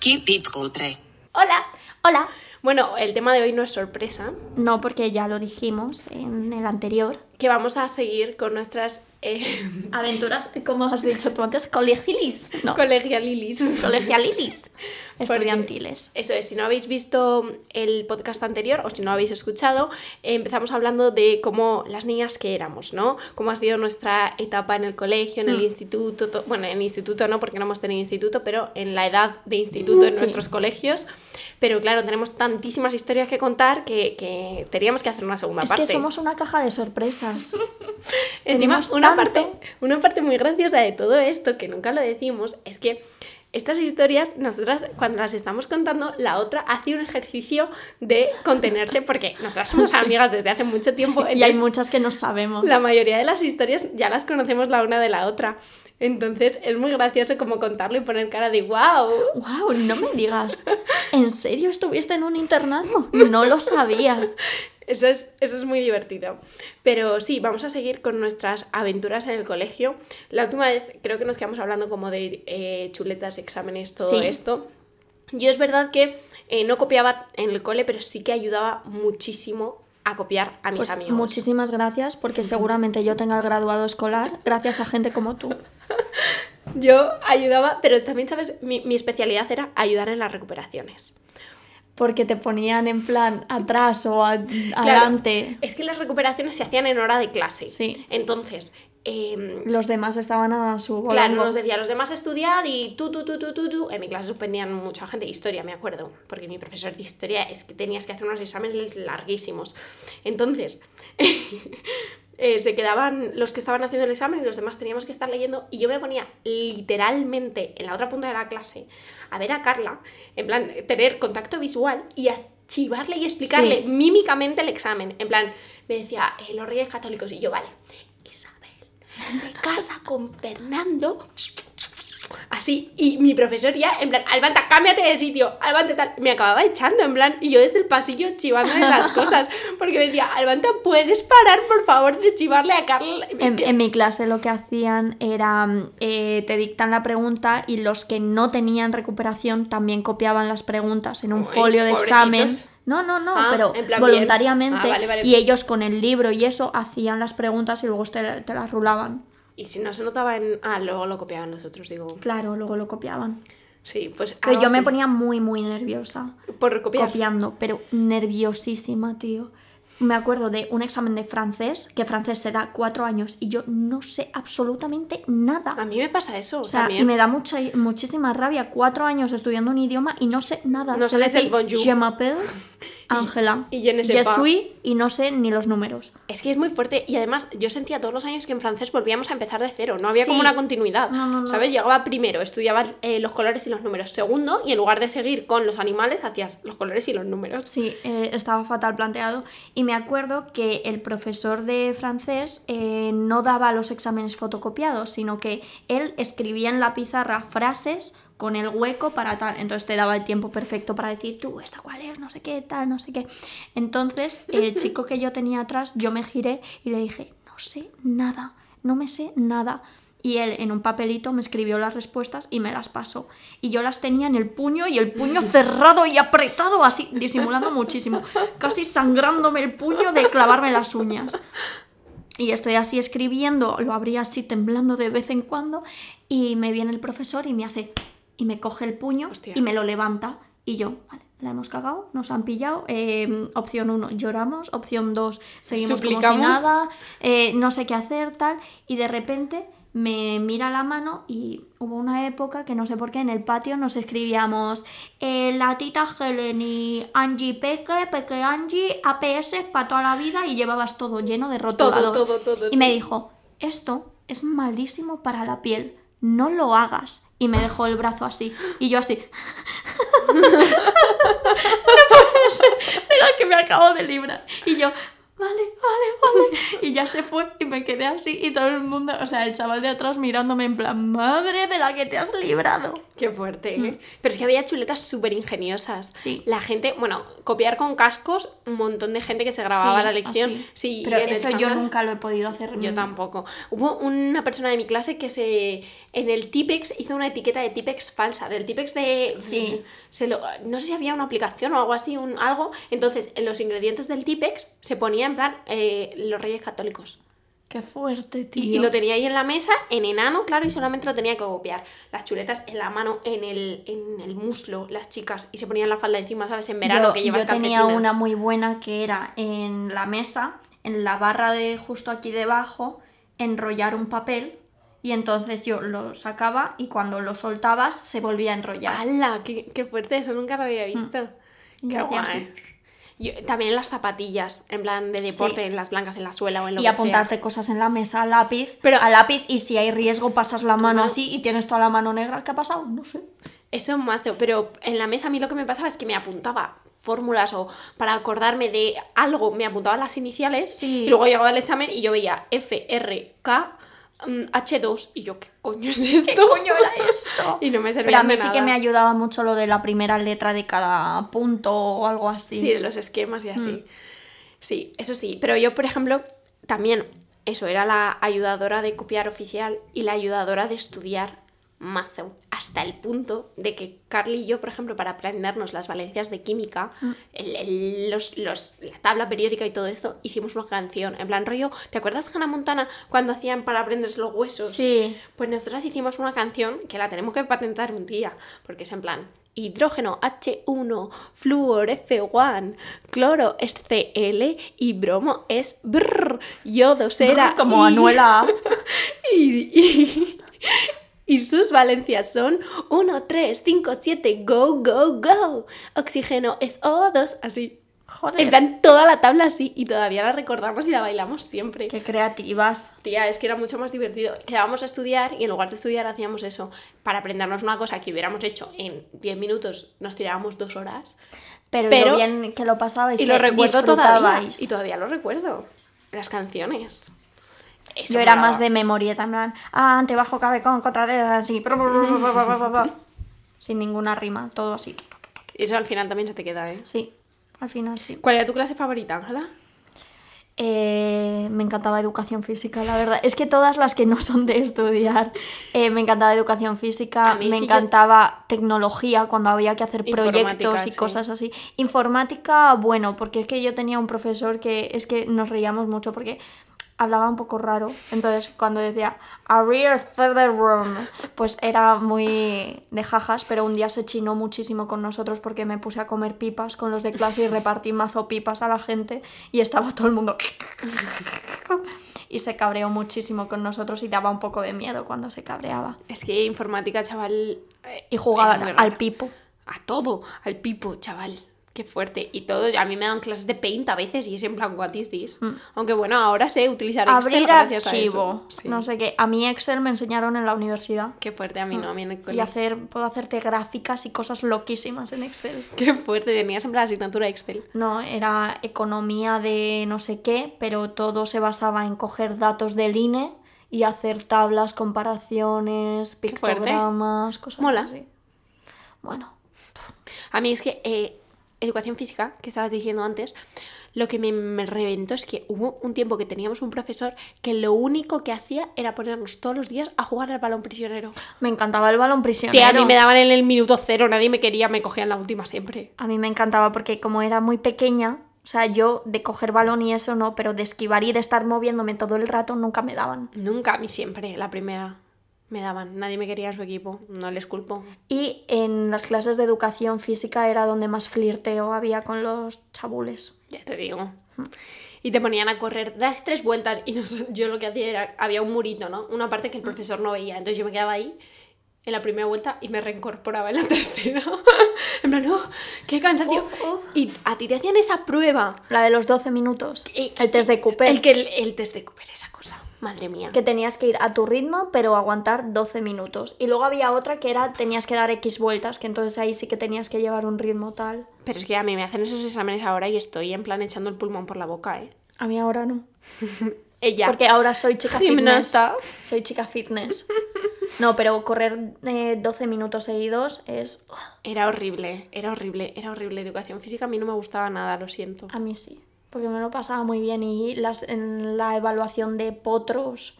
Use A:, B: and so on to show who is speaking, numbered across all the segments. A: Keep it cutre.
B: Hola, hola.
C: Bueno, el tema de hoy no es sorpresa,
B: No, porque ya lo dijimos en el anterior.
C: que vamos a seguir con nuestras eh,
B: Aventuras, como has dicho tú antes, colegialis. No,
C: colegialilis.
B: colegialilis. Estudiantiles.
C: Eso es, si no habéis visto el podcast anterior o si no lo habéis escuchado, eh, empezamos hablando de cómo las niñas que éramos, ¿no? Cómo ha sido nuestra etapa en el colegio, en el
B: Hmm.
C: instituto, to- bueno, en el instituto no, porque no hemos tenido instituto, pero en la edad de instituto en
B: Sí.
C: nuestros colegios. Pero claro, tenemos tantísimas historias que contar que, que teníamos que hacer una segunda
B: Es
C: parte.
B: que somos una caja de sorpresas.
C: Encima,
B: Tenemos
C: una
B: tanto.
C: parte, una parte muy graciosa de todo esto, que nunca lo decimos, es que estas historias, nosotras cuando las estamos contando, la otra hace un ejercicio de contenerse, porque nosotras somos amigas desde hace mucho tiempo.
B: y hay
C: entonces,
B: muchas que no sabemos.
C: la mayoría de las historias ya las conocemos la una de la otra. Entonces es muy gracioso como contarlo y poner cara de wow.
B: ¡Wow! No me digas. ¿En serio estuviste en un internado? No lo sabía.
C: Eso es, eso es muy divertido. Pero sí, vamos a seguir con nuestras aventuras en el colegio. La última vez creo que nos quedamos hablando como de eh, chuletas, exámenes, todo
B: Sí.
C: esto. Yo es verdad que eh, no copiaba en el cole, pero sí que ayudaba muchísimo a copiar a mis
B: Pues
C: amigos.
B: muchísimas gracias, porque seguramente yo tenga el graduado escolar gracias a gente como tú.
C: Yo ayudaba, pero también, ¿sabes? Mi, mi especialidad era ayudar en las recuperaciones.
B: Porque te ponían en plan atrás o a-
C: Claro,
B: adelante.
C: es que las recuperaciones se hacían en hora de clase.
B: Sí.
C: Entonces, em,
B: Los demás estaban a su
C: Claro,
B: volando.
C: nos decía los demás estudiad y tú, tú, tú, tú, tú, tú. En mi clase suspendían mucha gente de historia, me acuerdo, porque mi profesor de historia es que tenías que hacer unos exámenes larguísimos. Entonces, eh, se quedaban los que estaban haciendo el examen y los demás teníamos que estar leyendo. Y yo me ponía literalmente en la otra punta de la clase a ver a Carla, en plan, tener contacto visual y a chivarle y explicarle
B: Sí.
C: mímicamente el examen. En plan, me decía, eh, los reyes católicos. Y yo, vale, Isabel se casa con Fernando. Así, y mi profesor ya, en plan, Alvanta, cámbiate de sitio, Alvanta tal. Me acababa echando, en plan, y yo desde el pasillo chivándole las cosas, porque me decía, Alvanta, ¿puedes parar, por favor, de chivarle a Carla? Es
B: En,
C: que-
B: en mi clase lo que hacían era, mm, eh, te dictan la pregunta y los que no tenían recuperación también copiaban las preguntas en un
C: Uy,
B: folio de
C: pobrecitos.
B: examen. No, no, no,
C: Ah,
B: pero
C: en plan bien.
B: voluntariamente.
C: Ah, vale, vale.
B: Y ellos con el libro y eso hacían las preguntas y luego te, te las rulaban.
C: Y si no se notaba en... Ah, luego lo copiaban nosotros, digo.
B: Claro, luego lo copiaban.
C: Sí, pues...
B: Pero
C: algo
B: yo me
C: así.
B: ponía muy, muy nerviosa.
C: Por copiar.
B: copiando, pero nerviosísima, tío. Me acuerdo de un examen de francés, que francés se da cuatro años y yo no sé absolutamente
C: A
B: nada.
C: mí me pasa eso
B: O sea,
C: también.
B: y me da mucha, muchísima rabia cuatro años estudiando un idioma y no sé nada.
C: No
B: Sé
C: sabes
B: decir,
C: el bonjour.
B: Je m'appelle Ángela.
C: y je ne sais pas.
B: suis y no sé ni los números.
C: Es que es muy fuerte y además yo sentía todos los años que en francés volvíamos a empezar de cero, no había
B: Sí.
C: como una continuidad.
B: No, no, no.
C: ¿Sabes? Llegaba primero, estudiaba eh, los colores y los números. Segundo, y en lugar de seguir con los animales, hacías los colores y los números.
B: Sí, eh, estaba fatal planteado. Y me acuerdo que el profesor de francés eh, no daba los exámenes fotocopiados, sino que él escribía en la pizarra frases con el hueco para tal. Entonces te daba el tiempo perfecto para decir, tú, ¿esta cuál es? No sé qué, tal, no sé qué. Entonces el chico que yo tenía atrás, yo me giré y le dije, no sé nada, no me sé nada. Y él en un papelito me escribió las respuestas y me las pasó. Y yo las tenía en el puño y el puño cerrado y apretado así, disimulando muchísimo, casi sangrándome el puño de clavarme las uñas. Y estoy así escribiendo, lo abría así temblando de vez en cuando y me viene el profesor y me hace y me coge el puño
C: Hostia.
B: y me lo levanta y yo, vale, la hemos cagado, nos han pillado, eh, opción 1 lloramos, opción 2 seguimos como si
C: Suplicamos.
B: nada, eh, no sé qué hacer, tal, y de repente me mira la mano y hubo una época que no sé por qué en el patio nos escribíamos eh, la tita Helen y Angie Peque, Peque Angie, APS para toda la vida y llevabas todo lleno de rotulador.
C: todo, todo,
B: y me
C: sí.
B: dijo, esto es malísimo para la piel, no lo hagas. Y me dejó el brazo así y yo así... Mira que me acabo de librar. Y yo, vale, vale, vale. Y ya se fue y me quedé así y todo el mundo, o sea, el chaval de atrás mirándome en plan, madre de la que te has librado.
C: Qué fuerte. ¿eh? Pero es que había chuletas súper ingeniosas.
B: "Mm". Sí.
C: La gente, bueno, copiar con cascos, un montón de gente que se grababa
B: Sí,
C: la lección.
B: así.
C: Sí,
B: Pero
C: y en el
B: eso yo
C: chaval-
B: nunca lo he podido hacer.
C: Yo tampoco. Hubo una persona de mi clase que se en el Tipex hizo una etiqueta de Tipex falsa, del Tipex de
B: Sí.
C: se lo- no sé si había una aplicación o algo así, un algo. Entonces, en los ingredientes del Tipex se ponía en plan eh, los Reyes Católicos.
B: Qué fuerte, tío.
C: Y, y lo tenía ahí en la mesa, en enano, claro, y solamente lo tenía que copiar. Las chuletas en la mano, en el, en el muslo, las chicas, y se ponían la falda encima, ¿sabes? En verano
B: yo,
C: que llevas
B: yo tenía
C: calcetines.
B: una muy buena que era en la mesa, en la barra de justo aquí debajo, enrollar un papel y entonces yo lo sacaba y cuando lo soltabas se volvía a enrollar.
C: ¡Hala! Qué, qué fuerte! Eso nunca lo había visto.
B: Y
C: Qué
B: hacía
C: guay.
B: así.
C: Yo- también las zapatillas, en plan de deporte, en las blancas en la suela o en lo
B: Y
C: que
B: apuntarte cosas en la mesa, a lápiz,
C: Pero-
B: a lápiz y si hay riesgo pasas la mano
C: Ajá.
B: así y tienes toda la mano negra. ¿Qué ha pasado? No sé.
C: sea. Eso es un mazo, pero en la mesa a mí lo que me pasaba es que me apuntaba fórmulas o para acordarme de algo, me apuntaba las iniciales
B: Sí.
C: y luego llegaba el examen y yo veía F, R, K, mm, H2 y yo, ¿qué coño es esto?
B: esto?
C: y no me
B: Pero
C: servía
B: a mí
C: de
B: sí
C: nada.
B: que me ayudaba mucho lo de la primera letra de cada punto o algo así. Mm.
C: Sí, de los esquemas y así. Sí, eso sí. Pero yo, por ejemplo, también, eso, era la ayudadora de copiar oficial y la ayudadora de estudiar mazo. Hasta el punto de que Carly y yo, por ejemplo, para aprendernos las valencias de química,
B: Mm.
C: el- el- los, los- la tabla periódica y todo esto, hicimos una canción. En plan, rollo, ¿te acuerdas Hannah Montana cuando hacían para aprenderse los huesos?
B: Sí.
C: Pues nosotras hicimos una canción que la tenemos que patentar un día, porque es en plan hidrógeno H1, flúor F1, cloro es Cl y bromo es brr, yodo será
B: como
C: I,
B: Anuela.
C: Y, y- y sus valencias son 1, 3, 5, 7, go, go, go. Oxígeno es O2, así.
B: Joder.
C: En plan, toda la tabla así y todavía la recordamos y la bailamos siempre.
B: Qué creativas.
C: Tía, es que era mucho más divertido. Quedábamos a estudiar y en lugar de estudiar hacíamos eso. Para aprendernos una cosa que hubiéramos hecho en 10 minutos, nos tirábamos dos horas.
B: Pero,
C: Pero-
B: lo bien que lo pasabais.
C: Y
B: que
C: lo recuerdo todavía.
B: disfrutabais.
C: Y todavía lo recuerdo. Las canciones. Eso
B: Yo era
C: molaba.
B: más de memorieta, en plan, ah, ante bajo cabecón, contrarreloj, así. Sin ninguna rima, todo así.
C: Eso al final también se te queda, ¿eh?
B: Sí, al final sí.
C: ¿Cuál era tu clase favorita, Ángela?
B: Eh, me encantaba educación física, la verdad. Es que todas las que no son de estudiar, eh, me encantaba educación
C: A
B: física,
C: mí es
B: me
C: que yo-
B: encantaba tecnología cuando había que hacer proyectos
C: Informática,
B: y
C: sí.
B: cosas así. Informática, bueno, porque es que yo tenía un profesor que es que nos reíamos mucho porque hablaba un poco raro. Entonces, cuando decía Arrear Feather Room, pues era muy de jajas, pero un día se chinó muchísimo con nosotros porque me puse a comer pipas con los de clase y repartí mazo pipas a la gente y estaba todo el mundo. Y se cabreó muchísimo con nosotros y daba un poco de miedo cuando se cabreaba.
C: Es que informática, chaval. eh,
B: Y jugaba
C: era muy raro.
B: al pipo.
C: A todo, al pipo, chaval. Qué fuerte. Y todo, a mí me dan clases de paint a veces y es en plan, what is this? Aunque bueno, ahora sé utilizar Excel
B: Mm. Abrir
C: gracias a
B: archivo.
C: eso. Sí.
B: No sé qué. A mí Excel me enseñaron en la universidad.
C: Qué fuerte a mí, no, a mí en el
B: Y
C: colegio.
B: hacer, puedo hacerte gráficas y cosas loquísimas en Excel.
C: Qué fuerte, tenías en plan asignatura Excel.
B: No, era economía de no sé qué, pero todo se basaba en coger datos del INE y hacer tablas, comparaciones,
C: fuerte.
B: pictogramas, cosas
C: Mola.
B: así. Bueno,
C: A mí es que eh, educación física, que estabas diciendo antes, lo que me, me reventó es que hubo un tiempo que teníamos un profesor que lo único que hacía era ponernos todos los días a jugar al balón prisionero.
B: me encantaba el balón
C: Tía, a
B: prisionero.
C: mí me daban en el minuto cero, nadie me quería, me cogían la última siempre.
B: A mí me encantaba porque como era muy pequeña, o sea, yo de coger balón y eso no, pero de esquivar y de estar moviéndome todo el rato nunca me daban.
C: Nunca, a mí siempre, la primera. Me daban, nadie me quería en su equipo, no les culpo.
B: Y en las clases de educación física era donde más flirteo había con los chabules.
C: Ya te digo.
B: Hmm.
C: Y te ponían a correr, das tres vueltas y nos- yo lo que hacía era, había un murito, ¿no? Una parte
B: Hmm.
C: que el profesor no veía, entonces yo me quedaba ahí en la primera vuelta y me reincorporaba en la tercera. en plan, no, qué cansancio.
B: Uf, uf.
C: Y a ti te hacían esa prueba.
B: La de los 12 minutos,
C: Eh,
B: el test de Cooper.
C: El que el, el test de Cooper, esa cosa. Madre mía.
B: que tenías que ir a tu ritmo, pero aguantar 12 minutos. Y luego había otra que era tenías que dar X vueltas, que entonces ahí sí que tenías que llevar un ritmo tal.
C: Pero es que a mí me hacen esos exámenes ahora y estoy en plan echando el pulmón por la boca, ¿eh?
B: A mí ahora no.
C: Ella.
B: Porque ahora soy chica
C: Gimnasta.
B: fitness. Soy chica fitness. No, pero correr eh, 12 minutos seguidos es... oh,
C: Era horrible, era horrible, era horrible. Educación física a mí no me gustaba nada, lo siento.
B: a mí sí. Porque me lo pasaba muy bien y las, en la evaluación de potros,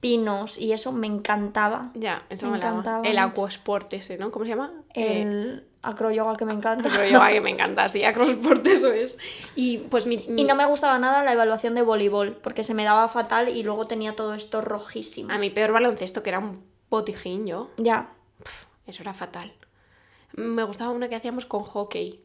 B: pinos y eso me encantaba.
C: Ya, eso
B: Me
C: me, molaba.
B: encantaba
C: El
B: mucho.
C: acuasport ese, ¿no? ¿Cómo se llama? Eh,
B: El acroyoga que me encanta.
C: pero yo, ay, que me encanta, sí, acrosport eso es. Y pues mi...
B: Y no me gustaba nada la evaluación de voleibol, porque se me daba fatal y luego tenía todo esto rojísimo.
C: A mi peor baloncesto, que era un botijín yo,
B: Ya.
C: pf, eso era fatal. Me gustaba una que hacíamos con hockey.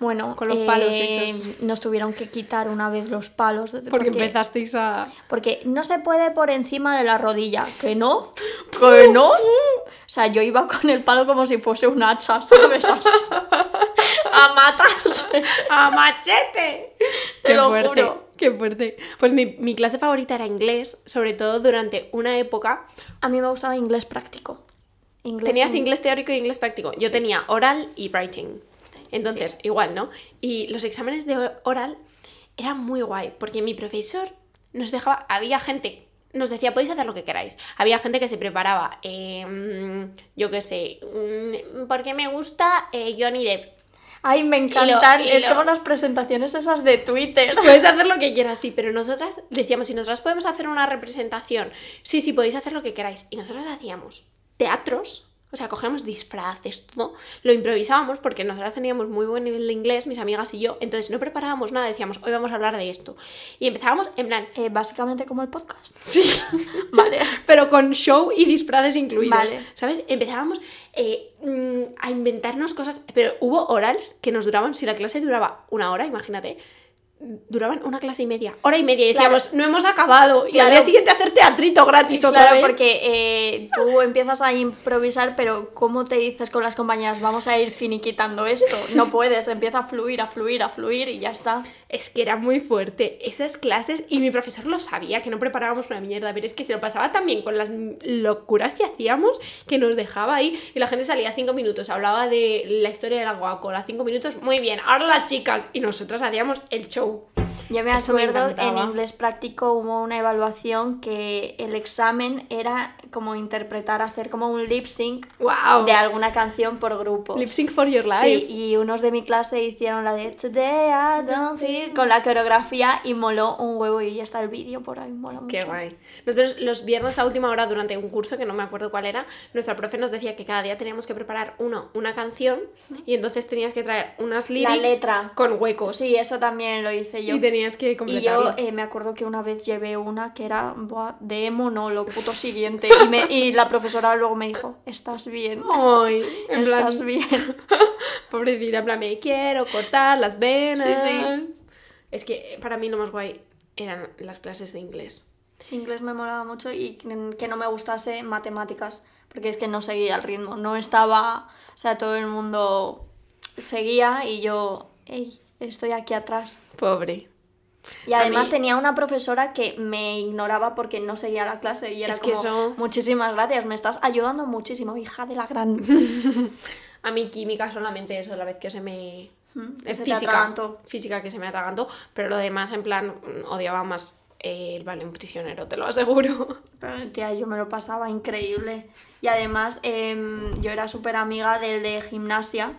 B: Bueno, eh,
C: Con los palos esos.
B: nos tuvieron que quitar una vez los palos. de-
C: Porque empezasteis a...
B: Porque no se puede por encima de la rodilla. ¿Que no? ¿Que no? O sea, yo iba con el palo como si fuese un hacha, ¿sabes? Así. A matarse.
C: ¡A machete!
B: Te lo juro.
C: Qué fuerte. Pues mi, mi clase favorita era inglés, sobre todo durante una época.
B: A mí me gustaba inglés práctico. Inglés
C: Tenías
B: en-
C: inglés teórico y inglés práctico. Yo tenía oral y writing. Entonces, igual, ¿no? Y los exámenes de or- oral eran muy guay, porque mi profesor nos dejaba, había gente, nos decía, podéis hacer lo que queráis. Había gente que se preparaba, eh, mm, yo qué sé, mm, porque me gusta eh, Johnny Depp.
B: Ay, me encantan.
C: y
B: Es
C: lo-
B: como las presentaciones esas de Twitter.
C: Puedes hacer lo que quieras, sí, pero nosotras decíamos, si nosotras podemos hacer una representación, sí, sí, podéis hacer lo que queráis. Y nosotras hacíamos teatros, o sea, cogíamos disfraces, todo, lo improvisábamos porque nosotras teníamos muy buen nivel de inglés, mis amigas y yo, entonces no preparábamos nada, decíamos, hoy vamos a hablar de esto. Y empezábamos en plan,
B: Eh, básicamente como el podcast.
C: sí,
B: Vale.
C: pero con show y disfraces incluidos.
B: Vale.
C: ¿Sabes? Empezábamos eh, mm, a inventarnos cosas, pero hubo orals que nos duraban, si la clase duraba una hora, imagínate, duraban una clase y media, hora y media, y
B: Claro.
C: decíamos, no hemos acabado, y al
B: Claro.
C: día siguiente hacer teatrito gratis otra
B: Claro,
C: vez.
B: porque eh, tú empiezas a improvisar, pero ¿cómo te dices con las compañeras, vamos a ir finiquitando esto? No puedes, empieza a fluir, a fluir, a fluir y ya está.
C: Es que era muy fuerte esas clases y mi profesor lo sabía, que no preparábamos una mierda, pero es que se lo pasaba también con las m- locuras que hacíamos, que nos dejaba ahí y la gente salía cinco minutos, hablaba de la historia de la Coca-Cola, cinco minutos, muy bien, ahora las chicas y nosotras hacíamos el show.
B: Yo me
C: Eso me
B: acuerdo, en
C: encantaba.
B: inglés práctico hubo una evaluación que el examen era como interpretar, hacer como un lip sync
C: ¡Wow!
B: de alguna canción por grupo.
C: Oh. Lip sync for your life.
B: Sí, y unos de mi clase hicieron la de Today I don't feel con la coreografía y moló un huevo y ya está el vídeo por ahí, mola mucho.
C: Qué guay. Nosotros los viernes a última hora durante un curso que no me acuerdo cuál era, nuestra profe nos decía que cada día teníamos que preparar uno, una canción y entonces tenías que traer unas lyrics
B: letra.
C: con huecos.
B: Sí, eso también lo hice yo.
C: Pues Y tenías que
B: Y
C: completarlo.
B: yo eh, me acuerdo que una vez llevé una que era buah, de monólogo, puto siguiente. Y, me- y la profesora luego me dijo, estás bien,
C: Ay, en plan,
B: estás bien.
C: pobrecita, en plan, me quiero cortar las venas.
B: Sí, sí.
C: Es que eh, para mí lo más guay eran las clases de inglés.
B: Inglés me molaba mucho y que que no me gustase matemáticas, porque es que no seguía el ritmo. No estaba, o sea, todo el mundo seguía y yo, hey, estoy aquí atrás.
C: Pobre.
B: Y
C: A
B: además
C: mí-
B: tenía una profesora que me ignoraba porque no seguía la clase y era
C: Es que
B: como,
C: eso-
B: muchísimas gracias, me estás ayudando muchísimo, hija de la gran...
C: A mí química solamente eso, la vez que se me...
B: Mm, que
C: Es
B: se te
C: física,
B: atragantó.
C: física que se me atragantó, pero lo demás, en plan, mm, odiaba más eh, el balón prisionero, te lo aseguro.
B: Eh, Tía, yo me lo pasaba increíble. Y además, em, yo era súper amiga del de gimnasia.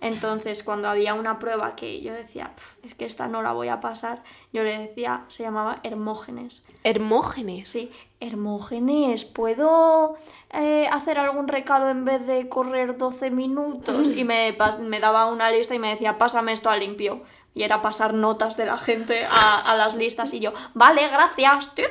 B: Entonces, cuando había una prueba que yo decía, "Pf, es que esta no la voy a pasar, yo le decía, se llamaba Hermógenes.
C: Hermógenes.
B: Sí, Hermógenes, ¿puedo eh, hacer algún recado en vez de correr 12 minutos? Y me, pas- me daba una lista y me decía, pásame esto a limpio. Y era pasar notas de la gente a, a las listas. Y yo, vale, gracias.
C: Tía,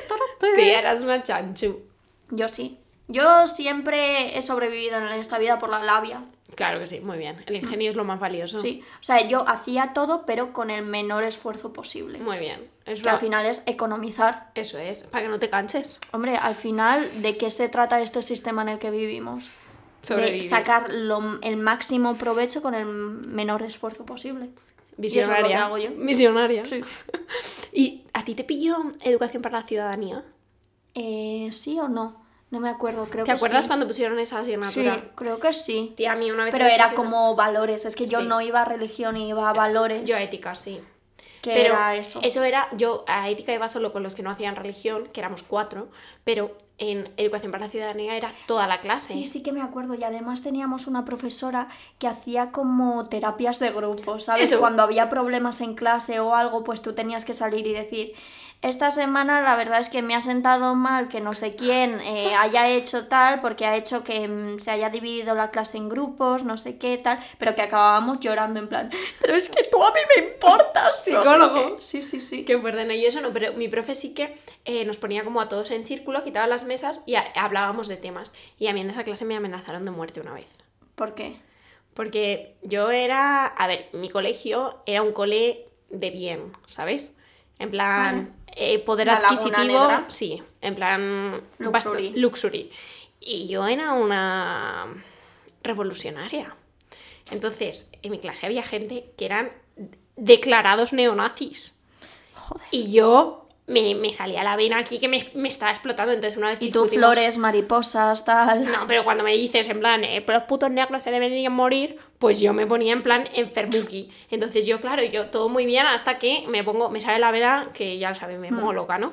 C: eras una chanchu.
B: Yo sí. Yo siempre he sobrevivido en esta vida por la labia.
C: Claro que sí, muy bien. El ingenio es lo más valioso.
B: Sí. O sea, yo hacía todo, pero con el menor esfuerzo posible.
C: Muy bien. Es
B: que al
C: lo-
B: final es economizar.
C: Eso es, para que no te canses.
B: Hombre, al final, ¿de qué se trata este sistema en el que vivimos?
C: Sobrevivir.
B: De sacar lo- el máximo provecho con el menor esfuerzo posible. Y eso es lo que
C: Visionaria.
B: hago yo.
C: Visionaria.
B: Sí.
C: ¿Y a ti te pilló educación para la ciudadanía?
B: Eh, ¿Sí o no? No me acuerdo, creo
C: ¿Te
B: que
C: acuerdas
B: sí.
C: cuando pusieron esa
B: Sí,
C: asignatura?
B: creo que sí.
C: Tía, a mí una vez
B: Pero
C: me
B: era
C: pusieron-
B: como valores. Es que yo
C: Sí.
B: no iba a religión, iba a valores.
C: Yo a ética, sí.
B: que
C: pero
B: era eso.
C: era, yo a ética iba solo con los que no hacían religión, que éramos cuatro, pero en educación para la ciudadanía era toda la clase.
B: Sí, sí que me acuerdo. Y además teníamos una profesora que hacía como terapias de grupo, ¿sabes?
C: Eso.
B: Cuando había problemas en clase o algo, pues tú tenías que salir y decir, esta semana la verdad es que me ha sentado mal que no sé quién eh, haya hecho tal, porque ha hecho que mm, se haya dividido la clase en grupos, no sé qué tal, pero que acabábamos llorando en plan, pero es que tú a mí me importas,
C: Psicólogo.
B: no sé qué". Sí, sí, sí.
C: Que fuerte, no, yo eso no, pero mi profe sí que eh, nos ponía como a todos en círculo, quitaba las mesas y a- hablábamos de temas. Y a mí en esa clase me amenazaron de muerte una vez.
B: ¿Por qué?
C: Porque yo era, a ver, mi colegio era un cole de bien, ¿sabes? En plan, eh, poder
B: La Laguna
C: adquisitivo,
B: Negra.
C: sí, en plan, bast-
B: Luxury.
C: luxury. Y yo era una revolucionaria. Entonces, en mi clase había gente que eran declarados neonazis.
B: Joder.
C: Y yo me, me salía la vena aquí que me, me estaba explotando. Entonces, una vez
B: Y tú
C: discutimos-
B: flores, mariposas, tal.
C: no, pero cuando me dices en plan, eh, pero los putos negros se deberían morir, pues yo me ponía en plan enfermuki. Entonces yo, claro, yo todo muy bien hasta que me pongo, me sale la vela que ya lo sabéis,
B: Mm.
C: me pongo loca, ¿no?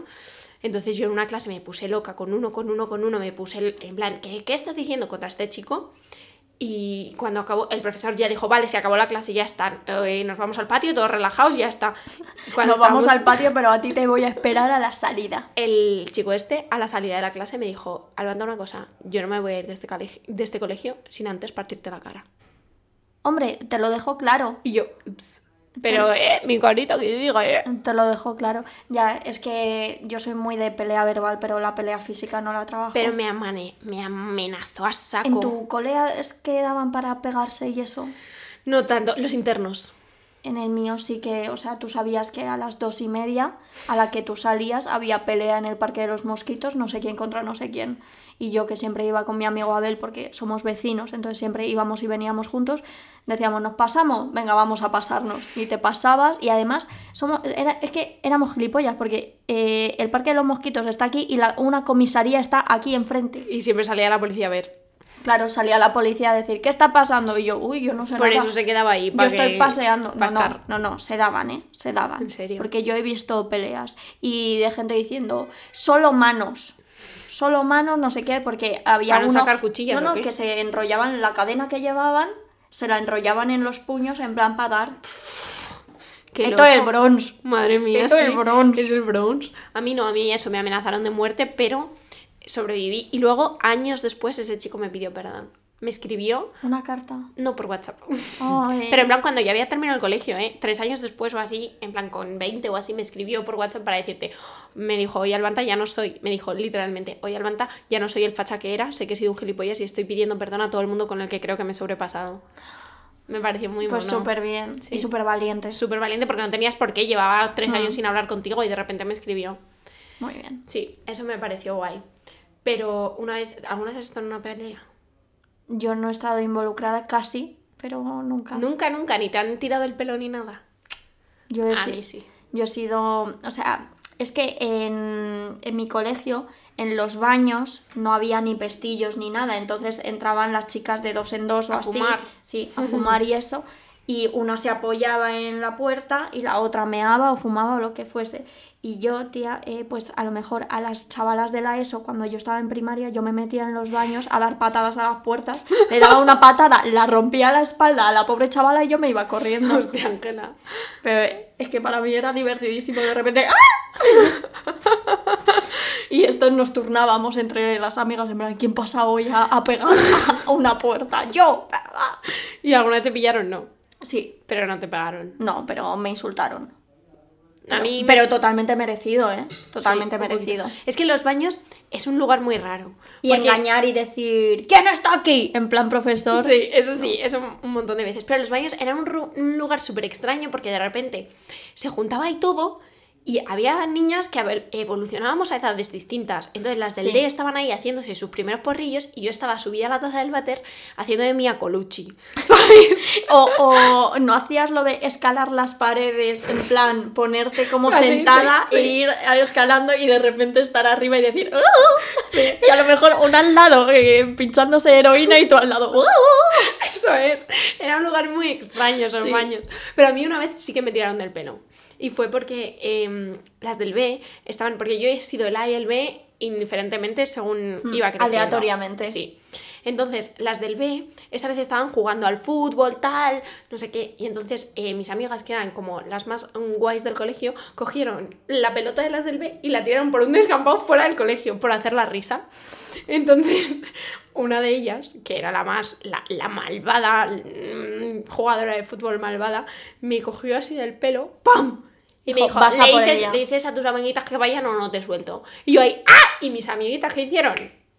C: Entonces yo en una clase me puse loca con uno, con uno, con uno, me puse el- en plan, ¿qué, qué estás diciendo contra este chico? Y cuando acabó, el profesor ya dijo, vale, se acabó la clase, ya está, eh, nos vamos al patio, todos relajados, ya está. Y Cuando
B: Nos vamos
C: estábamos-
B: al patio, pero a ti te voy a esperar a la salida.
C: el chico este, a la salida de la clase, me dijo, Albanda, una cosa, yo no me voy a ir de este, coleg- de este colegio sin antes partirte la cara.
B: Hombre, te lo dejo claro.
C: Y yo, ups. Pero, eh, mi corito que yo sigo, eh.
B: Te lo dejo claro. Ya, es que yo soy muy de pelea verbal, pero la pelea física no la trabajo.
C: Pero me, amane, me amenazó a saco.
B: ¿En tu colea es que daban para pegarse y eso?
C: No tanto, los internos.
B: En el mío sí que, o sea, tú sabías que a las dos y media, a la que tú salías, había pelea en el Parque de los Mosquitos, no sé quién contra no sé quién. Y yo que siempre iba con mi amigo Abel porque somos vecinos, entonces siempre íbamos y veníamos juntos, decíamos, nos pasamos, venga, vamos a pasarnos. Y te pasabas y además somos, era, es que éramos gilipollas porque eh, el Parque de los Mosquitos está aquí y la- una comisaría está aquí enfrente.
C: Y siempre salía la policía a ver.
B: Claro, salía la policía a decir, ¿qué está pasando? Y yo, uy, yo no sé
C: Por
B: nada".
C: eso se quedaba ahí.
B: Yo
C: pa'
B: estoy
C: que-
B: paseando.
C: pa'
B: No, no,
C: estar.
B: no, no, se daban, ¿eh? Se daban.
C: ¿En serio?
B: Porque yo he visto peleas y de gente diciendo, solo manos. Solo manos, no sé qué, porque había
C: ¿Para no
B: uno-
C: sacar cuchillas
B: No,
C: o
B: no,
C: qué?
B: que se enrollaban la cadena que llevaban, se la enrollaban en los puños en plan para dar.
C: Qué
B: Esto es el
C: loco.
B: bronze.
C: Madre mía,
B: Esto
C: sí.
B: es Bronx.
C: Es el Bronx. A mí no, a mí eso me amenazaron de muerte, pero sobreviví. Y luego, años después, ese chico me pidió perdón. Me escribió,
B: Una carta.
C: no por WhatsApp,
B: Ay.
C: pero en plan cuando ya había terminado el colegio, ¿eh? Tres años después o así, en plan con 20 o así, me escribió por WhatsApp para decirte, me dijo, oye Albanta, ya no soy, me dijo literalmente, oye Albanta, ya no soy el facha que era, sé que he sido un gilipollas y estoy pidiendo perdón a todo el mundo con el que creo que me he sobrepasado. Me pareció muy
B: pues
C: mono.
B: súper bien
C: Sí.
B: y súper valientes.
C: Súper valiente porque no tenías por qué, llevaba tres
B: Mm.
C: años sin hablar contigo y de repente me escribió.
B: Muy bien.
C: Sí, eso me pareció guay. Pero una vez, ¿alguna vez has estado en una pelea?
B: Yo no he estado involucrada casi, pero nunca.
C: Nunca, nunca, ni te han tirado el pelo ni nada.
B: Yo he
C: a
B: si-
C: mí sí.
B: Yo he sido, o sea, es que en, en mi colegio, en los baños, no había ni pestillos ni nada, entonces entraban las chicas de dos en dos o
C: A
B: así.
C: fumar.
B: Sí, a fumar y eso. Y una se apoyaba en la puerta y la otra meaba o fumaba o lo que fuese. Y yo, tía, eh, pues a lo mejor a las chavalas de la ESO, cuando yo estaba en primaria, yo me metía en los baños a dar patadas a las puertas, le daba una patada, la rompía la espalda a la pobre chavala y yo me iba corriendo.
C: Hostia, Ángela.
B: Pero es que para mí era divertidísimo de repente. ¡ah! y esto nos turnábamos entre las amigas, en plan, ¿quién pasa hoy a, a pegar a una puerta? ¡Yo!
C: ¿Y alguna vez te pillaron? No.
B: Sí,
C: Pero no te pagaron.
B: no, pero me insultaron.
C: a mí me-
B: Pero totalmente merecido, ¿eh? Totalmente
C: Sí, un
B: merecido.
C: poquito. Es que los baños es un lugar muy raro.
B: Y
C: Porque-
B: engañar y decir, ¿quién está aquí? En plan, profesor.
C: Sí, eso sí, eso un montón de veces. Pero los baños eran un, ru- un lugar súper extraño porque de repente se juntaba ahí todo y había niñas que a ver, evolucionábamos a edades distintas. Entonces las del
B: Sí.
C: D estaban ahí haciéndose sus primeros porrillos y yo estaba subida a la taza del váter haciendo de Mia Colucci. ¿Sabes?
B: O, o no hacías lo de escalar las paredes, en plan, ponerte como
C: Ah, sí,
B: sentada
C: sí, sí.
B: e ir escalando y de repente estar arriba y decir, "Oh". y a lo mejor una al lado eh, pinchándose heroína y tú al lado, "Oh".
C: Eso es. Era un lugar muy extraño esos
B: Sí.
C: baños. Pero a mí una vez sí que me tiraron del pelo. Y fue porque em, las del B estaban, porque yo he sido el A y el B indiferentemente según
B: Hmm,
C: iba creciendo.
B: aleatoriamente.
C: Sí. Entonces, las del B, esa vez estaban jugando al fútbol, tal, no sé qué. Y entonces eh, mis amigas, que eran como las más mm, guays del colegio, cogieron la pelota de las del B y la tiraron por un descampado fuera del colegio, por hacer la risa. Entonces, una de ellas, que era la más, la, la malvada, mm, jugadora de fútbol malvada, me cogió así del pelo, ¡pam! Y me
B: Dijo,
C: dijo,
B: "Vas a
C: le
B: por
C: dices,
B: ella".
C: le dices a tus amiguitas que vayan o no te suelto. Y yo ahí, ¡ah! Y mis amiguitas, ¿qué hicieron?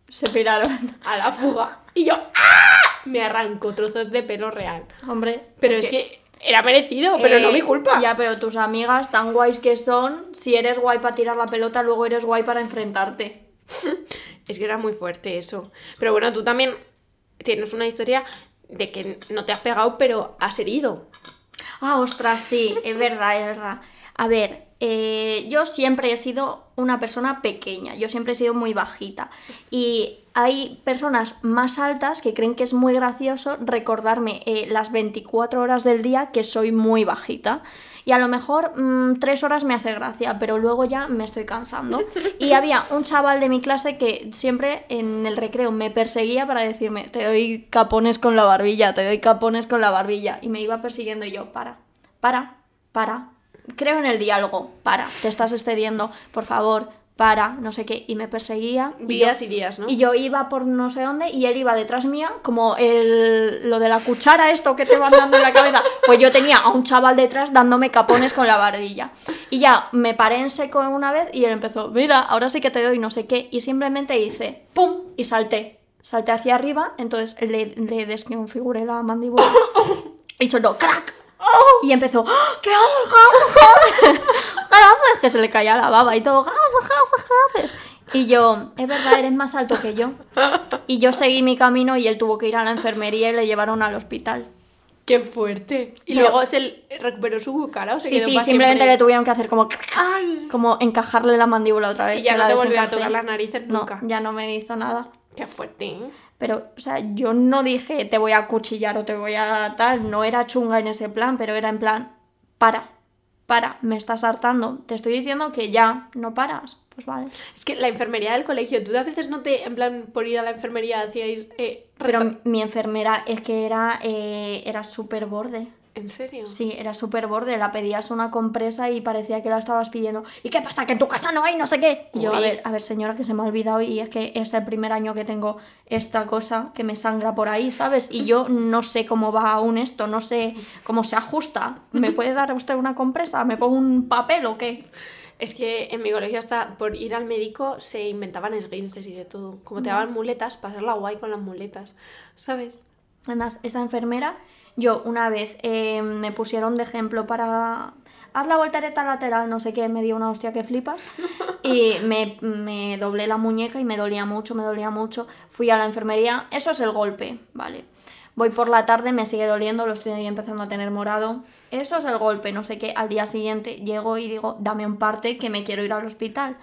B: Se piraron.
C: A la fuga. Y yo, ¡ah! Me arrancó trozos de pelo real.
B: Hombre.
C: Pero es que era merecido, pero no
B: eh,
C: mi culpa.
B: Ya, pero tus amigas, tan guays que son, si eres guay para tirar la pelota, luego eres guay para enfrentarte.
C: Es que era muy fuerte eso. Pero bueno, tú también tienes una historia de que no te has pegado, pero has herido.
B: Ah, ostras, sí, es verdad, es verdad. A ver, eh, yo siempre he sido una persona pequeña, yo siempre he sido muy bajita. Y hay personas más altas que creen que es muy gracioso recordarme eh, las 24 horas del día que soy muy bajita. Y a lo mejor mm, tres horas me hace gracia, pero luego ya me estoy cansando. Y había un chaval de mi clase que siempre en el recreo me perseguía para decirme, te doy capones con la barbilla, te doy capones con la barbilla. Y me iba persiguiendo y yo, para, para, para. Creo en el diálogo, para, te estás excediendo, por favor, para, no sé qué. Y me perseguía. y yo-
C: Días y días, ¿no?
B: y yo iba por no sé dónde y él iba detrás mía, como el, lo de la cuchara, esto que te van dando en la cabeza. Pues yo tenía a un chaval detrás dándome capones con la barbilla. Y ya me paré en seco una vez y él empezó, mira, ahora sí que te doy no sé qué. Y simplemente hice, ¡pum! Y salté. Salté hacia arriba, entonces le, le desconfiguré la mandíbula. y sonó, ¡crack!
C: Oh.
B: Y empezó, ¡ah! ¿qué haces, Javes, Javes? ¿Qué haces? Que se le caía la baba y todo, ¡Javes, Javes, Javes! Y yo, es verdad, eres más alto que yo. Y yo seguí mi camino y él tuvo que ir a la enfermería y le llevaron al hospital.
C: Qué fuerte. Y
B: Pero-
C: luego se l- recuperó su cara o se
B: Sí,
C: quedó
B: sí,
C: para
B: simplemente le
C: siempre?
B: tuvieron que hacer como,
C: Ay.
B: como encajarle la mandíbula otra vez.
C: Y ya
B: se
C: no
B: la
C: te volvió a
B: desencajé.
C: tocar las narices
B: No,
C: nunca.
B: ya no me hizo nada.
C: Qué fuerte. ¿eh?
B: Pero, o sea, yo no dije te voy a cuchillar o te voy a tal, no era chunga en ese plan, pero era en plan, para, para, me estás hartando, te estoy diciendo que ya no paras, pues vale.
C: Es que la enfermería del colegio, tú a veces no te, en plan, por ir a la enfermería hacíais... eh,
B: Pero
C: reta-
B: mi enfermera es que era, eh, era súper borde.
C: ¿En serio?
B: Sí, era súper borde, la pedías una compresa y parecía que la estabas pidiendo. ¿Y qué pasa? Que en tu casa no hay no sé qué. Y yo, a
C: Uy.
B: ver, a ver, señora, que se me ha olvidado y es que es el primer año que tengo esta cosa que me sangra por ahí, ¿sabes? Y yo no sé cómo va aún esto, no sé cómo se ajusta. ¿Me puede dar usted una compresa? ¿Me pongo un papel o qué?
C: Es que en mi colegio hasta por ir al médico se inventaban esguinces y de todo. Como te daban muletas, pasarla guay con las muletas, ¿sabes?
B: Además, esa enfermera, yo una vez eh, me pusieron de ejemplo para. Haz la voltereta lateral, no sé qué, me dio una hostia que flipas. Y me, me doblé la muñeca y me dolía mucho, me dolía mucho. Fui a la enfermería, eso es el golpe, vale. Voy por la tarde, me sigue doliendo, lo estoy empezando a tener morado. Eso es el golpe, no sé qué. Al día siguiente llego y digo, dame un parte que me quiero ir al hospital.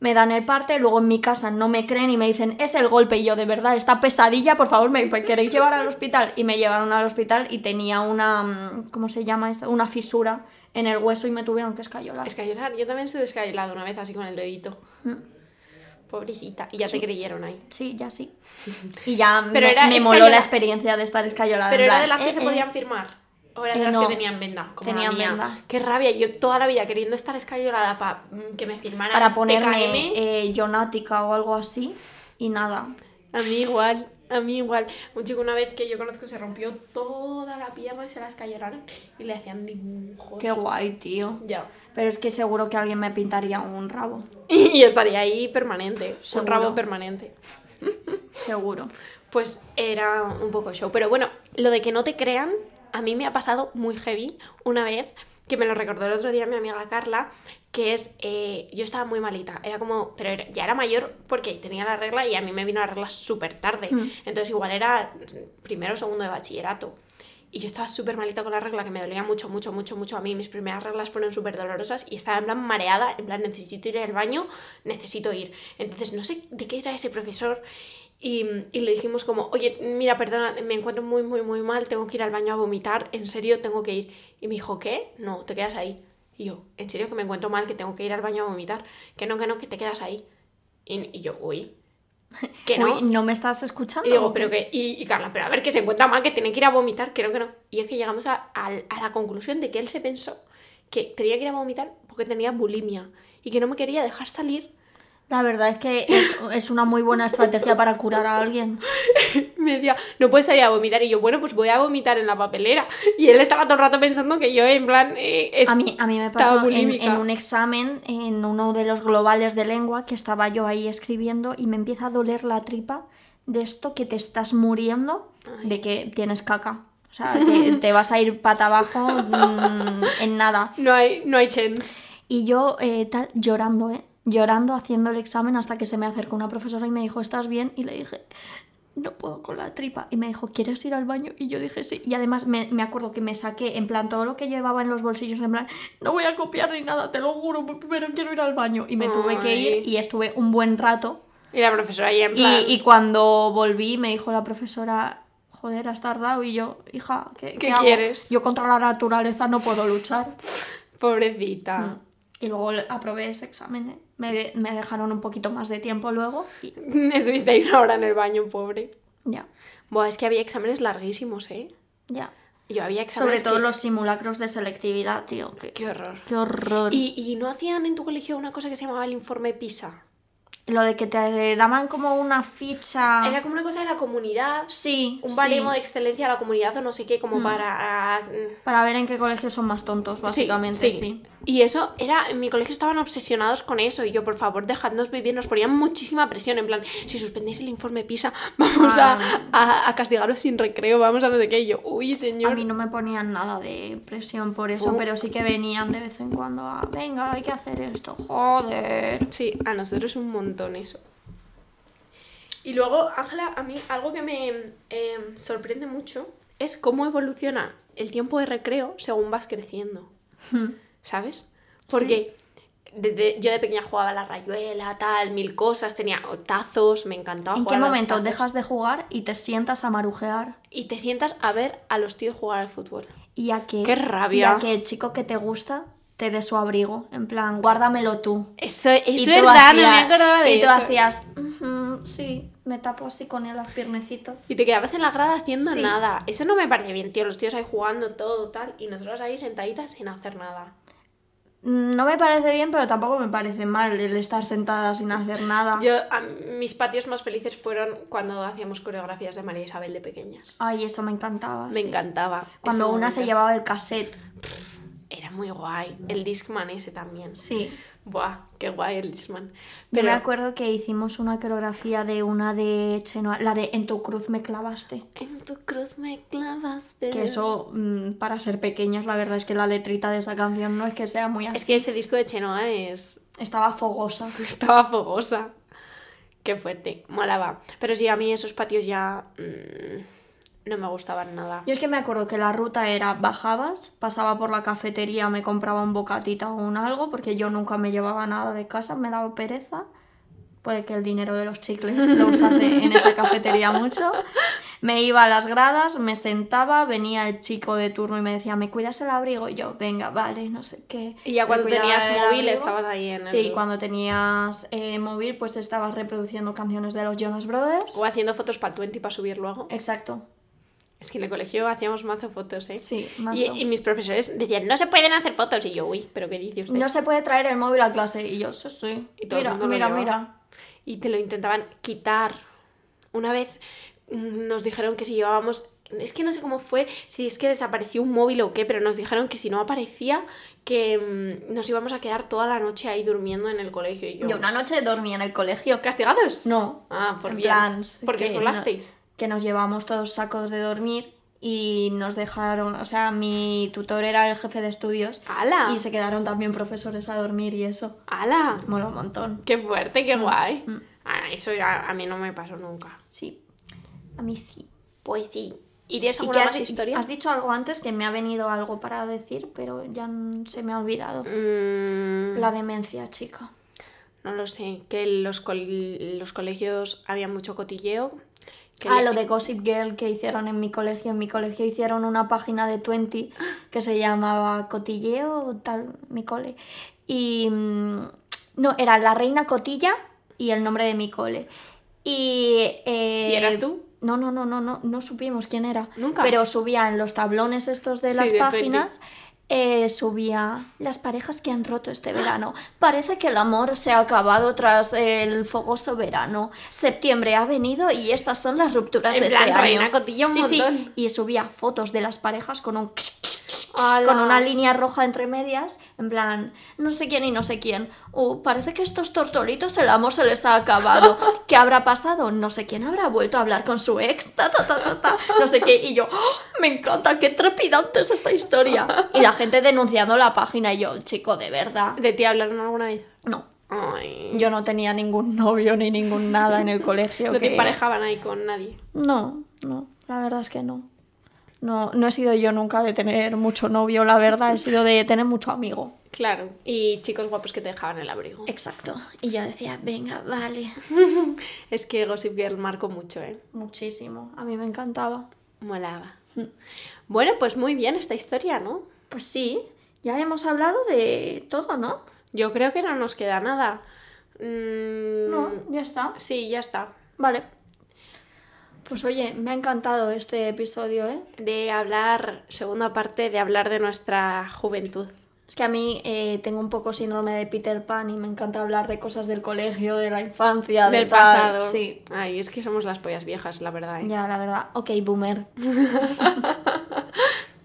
B: Me dan el parte, luego en mi casa no me creen y me dicen, es el golpe. Y yo, de verdad, esta pesadilla, por favor, ¿me queréis llevar al hospital? Y me llevaron al hospital y tenía una, mm, ¿cómo se llama esto? Una fisura en el hueso y me tuvieron que escayolar.
C: Escayolar. Yo también estuve escayolada una vez así con el dedito.
B: Ah. Mm.
C: Pobrecita. Y ya te creyeron ahí.
B: Sí, ya sí. Y ya
C: Pero
B: me,
C: era
B: me
C: escayola-
B: moló la experiencia de estar escayolada.
C: Pero
B: en
C: era de
B: plan,
C: las que
B: eh,
C: se
B: eh.
C: podían firmar. O era de
B: Eh,
C: las
B: no.
C: que tenían venda. Como la
B: Tenían
C: mía.
B: venda.
C: Qué rabia. Yo toda la vida queriendo estar escayolada para que me firmaran.
B: Para ponerme
C: TKM.
B: eh, jonática o algo así. Y nada.
C: A mí igual, a mí igual. Un chico una vez que yo conozco se rompió toda la pierna y se la escayoraron y le hacían dibujos.
B: Qué guay, tío.
C: Ya.
B: Pero es que seguro que alguien me pintaría un rabo.
C: Y estaría ahí permanente, un
B: Seguro.
C: rabo permanente.
B: Seguro.
C: Pues era un poco show. Pero bueno, lo de que no te crean, a mí me ha pasado muy heavy una vez, que me lo recordó el otro día mi amiga Carla, que es, eh, yo estaba muy malita, era como, pero era- ya era mayor porque tenía la regla y a mí me vino la regla súper tarde.
B: Mm.
C: Entonces igual era primero o segundo de bachillerato. Y yo estaba súper malita con la regla, que me dolía mucho, mucho, mucho, mucho a mí. Mis primeras reglas fueron súper dolorosas y estaba en plan mareada, en plan necesito ir al baño, necesito ir. Entonces no sé de qué era ese profesor y, y le dijimos como, oye, mira, perdona, me encuentro muy, muy, muy mal, tengo que ir al baño a vomitar, en serio, tengo que ir. Y me dijo, ¿qué? No, te quedas ahí. Y yo, en serio que me encuentro mal, que tengo que ir al baño a vomitar, que no, que no, que te quedas ahí. Y, y yo, uy, que no.
B: Uy, no me estás escuchando.
C: Y digo,
B: o qué?
C: pero que. Y, y Carla, pero a ver, que se encuentra mal, que tiene que ir a vomitar, creo que no. Y es que llegamos a, al- a la conclusión de que él se pensó que tenía que ir a vomitar porque tenía bulimia y que no me quería dejar salir.
B: La verdad es que es, es una muy buena estrategia para curar a alguien.
C: Me decía, no puedes salir a vomitar. Y yo, bueno, pues voy a vomitar en la papelera. Y él estaba todo el rato pensando que yo, en plan. eh, eh,
B: A mí, a mí me
C: Estaba
B: pasó en,
C: bulímica.
B: en un examen, en uno de los globales de lengua, que estaba yo ahí escribiendo y me empieza a doler la tripa de esto que te estás muriendo, de que tienes caca. O sea, que te vas a ir pata abajo mm, en nada.
C: No hay, no hay chance.
B: Y yo eh, tal, llorando, ¿eh? Llorando, haciendo el examen hasta que se me acercó una profesora y me dijo, ¿estás bien? Y le dije, no puedo con la tripa. Y me dijo, ¿quieres ir al baño? Y yo dije, sí. Y además me, me acuerdo que me saqué, en plan, todo lo que llevaba en los bolsillos, en plan, no voy a copiar ni nada, te lo juro, pero quiero ir al baño. Y me tuve que ir
C: Ay.
B: y estuve un buen rato.
C: Y la profesora ahí, en
B: Y,
C: plan.
B: y cuando volví me dijo la profesora, joder, has tardado. Y yo, hija, ¿qué,
C: ¿Qué
B: hago?
C: quieres?
B: Yo contra la naturaleza no puedo luchar.
C: Pobrecita.
B: Mm. Ah. Y luego le- aprobé ese examen. ¿eh? Me, me dejaron un poquito más de tiempo luego y
C: Estuviste ahí una hora en el baño, pobre.
B: ya,
C: Buah, es que había exámenes larguísimos, ¿eh?
B: ya.
C: Yo había
B: Sobre
C: exámenes.
B: todo
C: que-
B: los simulacros de selectividad, tío. Qué,
C: Qué horror.
B: qué horror. Y
C: ¿Y, y no hacían en tu colegio una cosa que se llamaba el informe PISA?
B: lo de que te daban como una ficha.
C: Era como una cosa de la comunidad,
B: Sí,
C: un
B: Ah. sí, Mm.
C: baremo de excelencia a la comunidad o no sé qué, como para... ah,
B: Para ver en qué colegios son más tontos, básicamente, sí.
C: Y eso era, en mi colegio estaban obsesionados con eso y yo, por favor, dejadnos vivir, nos ponían muchísima presión, en plan, si suspendéis el informe PISA, vamos a, a- a castigaros sin recreo, vamos a no sé qué, y yo, uy,
B: Ah. A
C: señor.
B: mí no me ponían nada de presión por eso,
C: Oh.
B: pero sí que venían de vez en cuando a, venga, hay que hacer esto, joder.
C: Sí, a nosotros un montón eso. Y luego, Ángela, a mí algo que me eh, sorprende mucho es cómo evoluciona el tiempo de recreo según vas creciendo, ¿sabes? Porque desde, yo de pequeña jugaba a la rayuela, tal, mil cosas, tenía tazos, me encantaba
B: ¿En
C: jugar
B: qué
C: a los
B: momento
C: tazos.
B: dejas de jugar y te sientas a marujear?
C: Y te sientas a ver a los tíos jugar al fútbol.
B: Y a que,
C: ¡Qué rabia!
B: y a que el chico que te gusta te dé su abrigo. En plan, guárdamelo tú.
C: Eso es
B: Y tú
C: verdad, no me
B: hacías-
C: acordaba de
B: Y tú
C: eso.
B: hacías, "Ujú, sí, me tapo así con él las piernecitas.
C: Y te quedabas en la grada haciendo
B: Sí.
C: nada. Eso no me parece bien, tío. Los tíos ahí jugando todo, tal. Y nosotros ahí sentaditas sin hacer nada.
B: Mm, No me parece bien, pero tampoco me parece mal el estar sentada sin hacer nada.
C: Yo, a- mis patios más felices fueron cuando hacíamos coreografías de María Isabel de pequeñas.
B: Ay, eso me encantaba.
C: Me
B: Ah, sí.
C: encantaba.
B: Cuando
C: ese
B: una se
C: momento.
B: llevaba el cassette.
C: Era muy guay. El Discman ese también.
B: Sí.
C: Buah, qué guay el Discman.
B: Yo me
C: Pero
B: acuerdo que hicimos una coreografía de una de Chenoa, la de En tu cruz me clavaste.
C: en tu cruz me clavaste.
B: Que eso, mm, para ser pequeñas, la verdad es que la letrita de esa canción no es que sea muy así.
C: Es que ese disco de Chenoa es...
B: Estaba fogosa.
C: Estaba fogosa. Qué fuerte. Molaba. Pero sí, a mí esos patios ya... mm, no me gustaban nada.
B: Yo es que me acuerdo que la ruta era bajabas, pasaba por la cafetería, me compraba un bocatita o un algo, porque yo nunca me llevaba nada de casa, me daba pereza. Puede que el dinero de los chicles lo usase en esa cafetería mucho. Me iba a las gradas, me sentaba, venía el chico de turno y me decía, ¿me cuidas el abrigo? Y yo, venga, vale, no sé qué.
C: Y ya
B: Me
C: cuando
B: cuidaba
C: tenías
B: el
C: móvil
B: abrigo.
C: estabas ahí en el...
B: Sí, cuando tenías eh, móvil, pues estabas reproduciendo canciones de los Jonas Brothers.
C: O haciendo fotos para Twenty para subir luego.
B: Exacto,
C: Es que en el colegio hacíamos mazo fotos, ¿eh?
B: sí.
C: Y,
B: mazo.
C: y mis profesores decían, no se pueden hacer fotos. Y yo, uy, ¿pero qué dice usted?
B: No se puede traer el móvil a clase. Y yo, sí, sí.
C: Y todo el
B: mira,
C: mundo lo
B: mira,
C: llevaba.
B: mira.
C: Y te lo intentaban quitar. Una vez mm, nos dijeron que si llevábamos... Es que no sé cómo fue, si es que desapareció un móvil o qué, pero nos dijeron que si no aparecía, que mm, nos íbamos a quedar toda la noche ahí durmiendo en el colegio. Y yo,
B: Yo una noche dormí en el colegio.
C: ¿castigados?
B: No.
C: Ah, por
B: en
C: bien.
B: plan,
C: Porque
B: que no-
C: burlasteis.
B: Que nos llevamos todos sacos de dormir y nos dejaron. O sea, mi tutor era el jefe de estudios.
C: ¡Hala!
B: Y se quedaron también profesores a dormir y eso.
C: ¡Hala!
B: Mola un montón.
C: Qué fuerte,
B: Mm,
C: qué guay. Ah, eso ya a mí no me pasó nunca.
B: Sí. A mí sí.
C: Pues sí. ¿Y tienes
B: ¿Y
C: alguna
B: qué
C: más
B: has, di-
C: historia?
B: has dicho algo antes que me ha venido algo para decir, pero ya n- se me ha olvidado.
C: Mm,
B: La demencia, chica.
C: no lo sé, que en los, col- los colegios había mucho cotilleo. que
B: Ah,
C: le-
B: lo de Gossip Girl que hicieron en mi colegio. En mi colegio hicieron una página de 20 que se llamaba Cotilleo, o tal, mi cole. Y. mm, No, era La Reina Cotilla y el nombre de mi cole. Y. eh,
C: ¿Y eras tú?
B: No, no, no, no, no, no supimos quién era.
C: Nunca.
B: Pero subía en los tablones estos de
C: Sí,
B: las
C: de 20.
B: páginas. eh, subía las parejas que han roto este verano. Parece que el amor se ha acabado tras el fogoso verano. Septiembre ha venido y estas son las rupturas
C: En
B: de
C: plan,
B: este año.
C: Reina Cotilla un
B: sí, sí,
C: montón.
B: Y subía fotos de las parejas con un
C: ¡Hala!
B: con una línea roja entre medias, en plan, no sé quién y no sé quién. Uh, parece que estos tortolitos el amor se les ha acabado. ¿Qué habrá pasado? No sé quién habrá vuelto a hablar con su ex, ta, ta, ta, ta, ta, no sé qué. Y yo, ¡oh! me encanta, qué trepidante es esta historia. Y la gente denunciando la página y yo, chico, de verdad.
C: ¿De ti hablaron alguna vez?
B: No,
C: Ay.
B: yo no tenía ningún novio ni ningún nada en el colegio.
C: no te
B: que-
C: emparejaban ahí con nadie.
B: No, no, la verdad es que no. No, no he sido yo nunca de tener mucho novio, la verdad, he sido de tener mucho amigo.
C: Claro. Y chicos guapos que te dejaban el abrigo.
B: Exacto. Y yo decía, venga, vale.
C: Es que Gossip Girl marcó mucho, ¿eh?
B: Muchísimo. A mí me encantaba.
C: Molaba. Bueno, pues muy bien esta historia, ¿no?
B: Pues sí, ya hemos hablado de todo, ¿no?
C: Yo creo que no nos queda nada. Mm,
B: No, ya está.
C: Sí, ya está.
B: Vale. Pues oye, me ha encantado este episodio, ¿eh?
C: De hablar, segunda parte, de hablar de nuestra juventud.
B: Es que a mí eh, tengo un poco síndrome de Peter Pan y me encanta hablar de cosas del colegio, de la infancia, de
C: del
B: tal.
C: pasado.
B: Sí.
C: Ay, es que somos las pollas viejas, la verdad. ¿eh?
B: Ya, la verdad. Ok, boomer.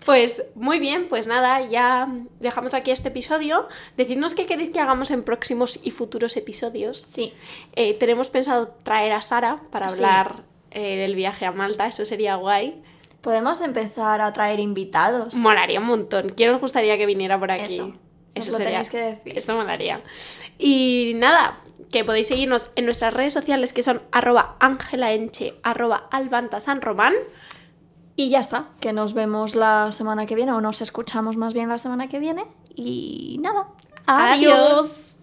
C: Pues muy bien, pues nada, ya dejamos aquí este episodio. Decidnos qué queréis que hagamos en próximos y futuros episodios.
B: Sí.
C: Eh, tenemos pensado traer a Sara para
B: Sí.
C: hablar eh, del viaje a Malta, eso sería guay.
B: Podemos empezar a traer invitados.
C: Molaría un montón. ¿Quién os gustaría que viniera por aquí?
B: Eso. Nos lo tenéis que decir.
C: Eso molaría. Y nada, que podéis seguirnos en nuestras redes sociales que son arroba angelaenche, arroba albantasanromán.
B: Y ya está, que nos vemos la semana que viene, o nos escuchamos más bien la semana que viene. Y nada,
C: Adiós.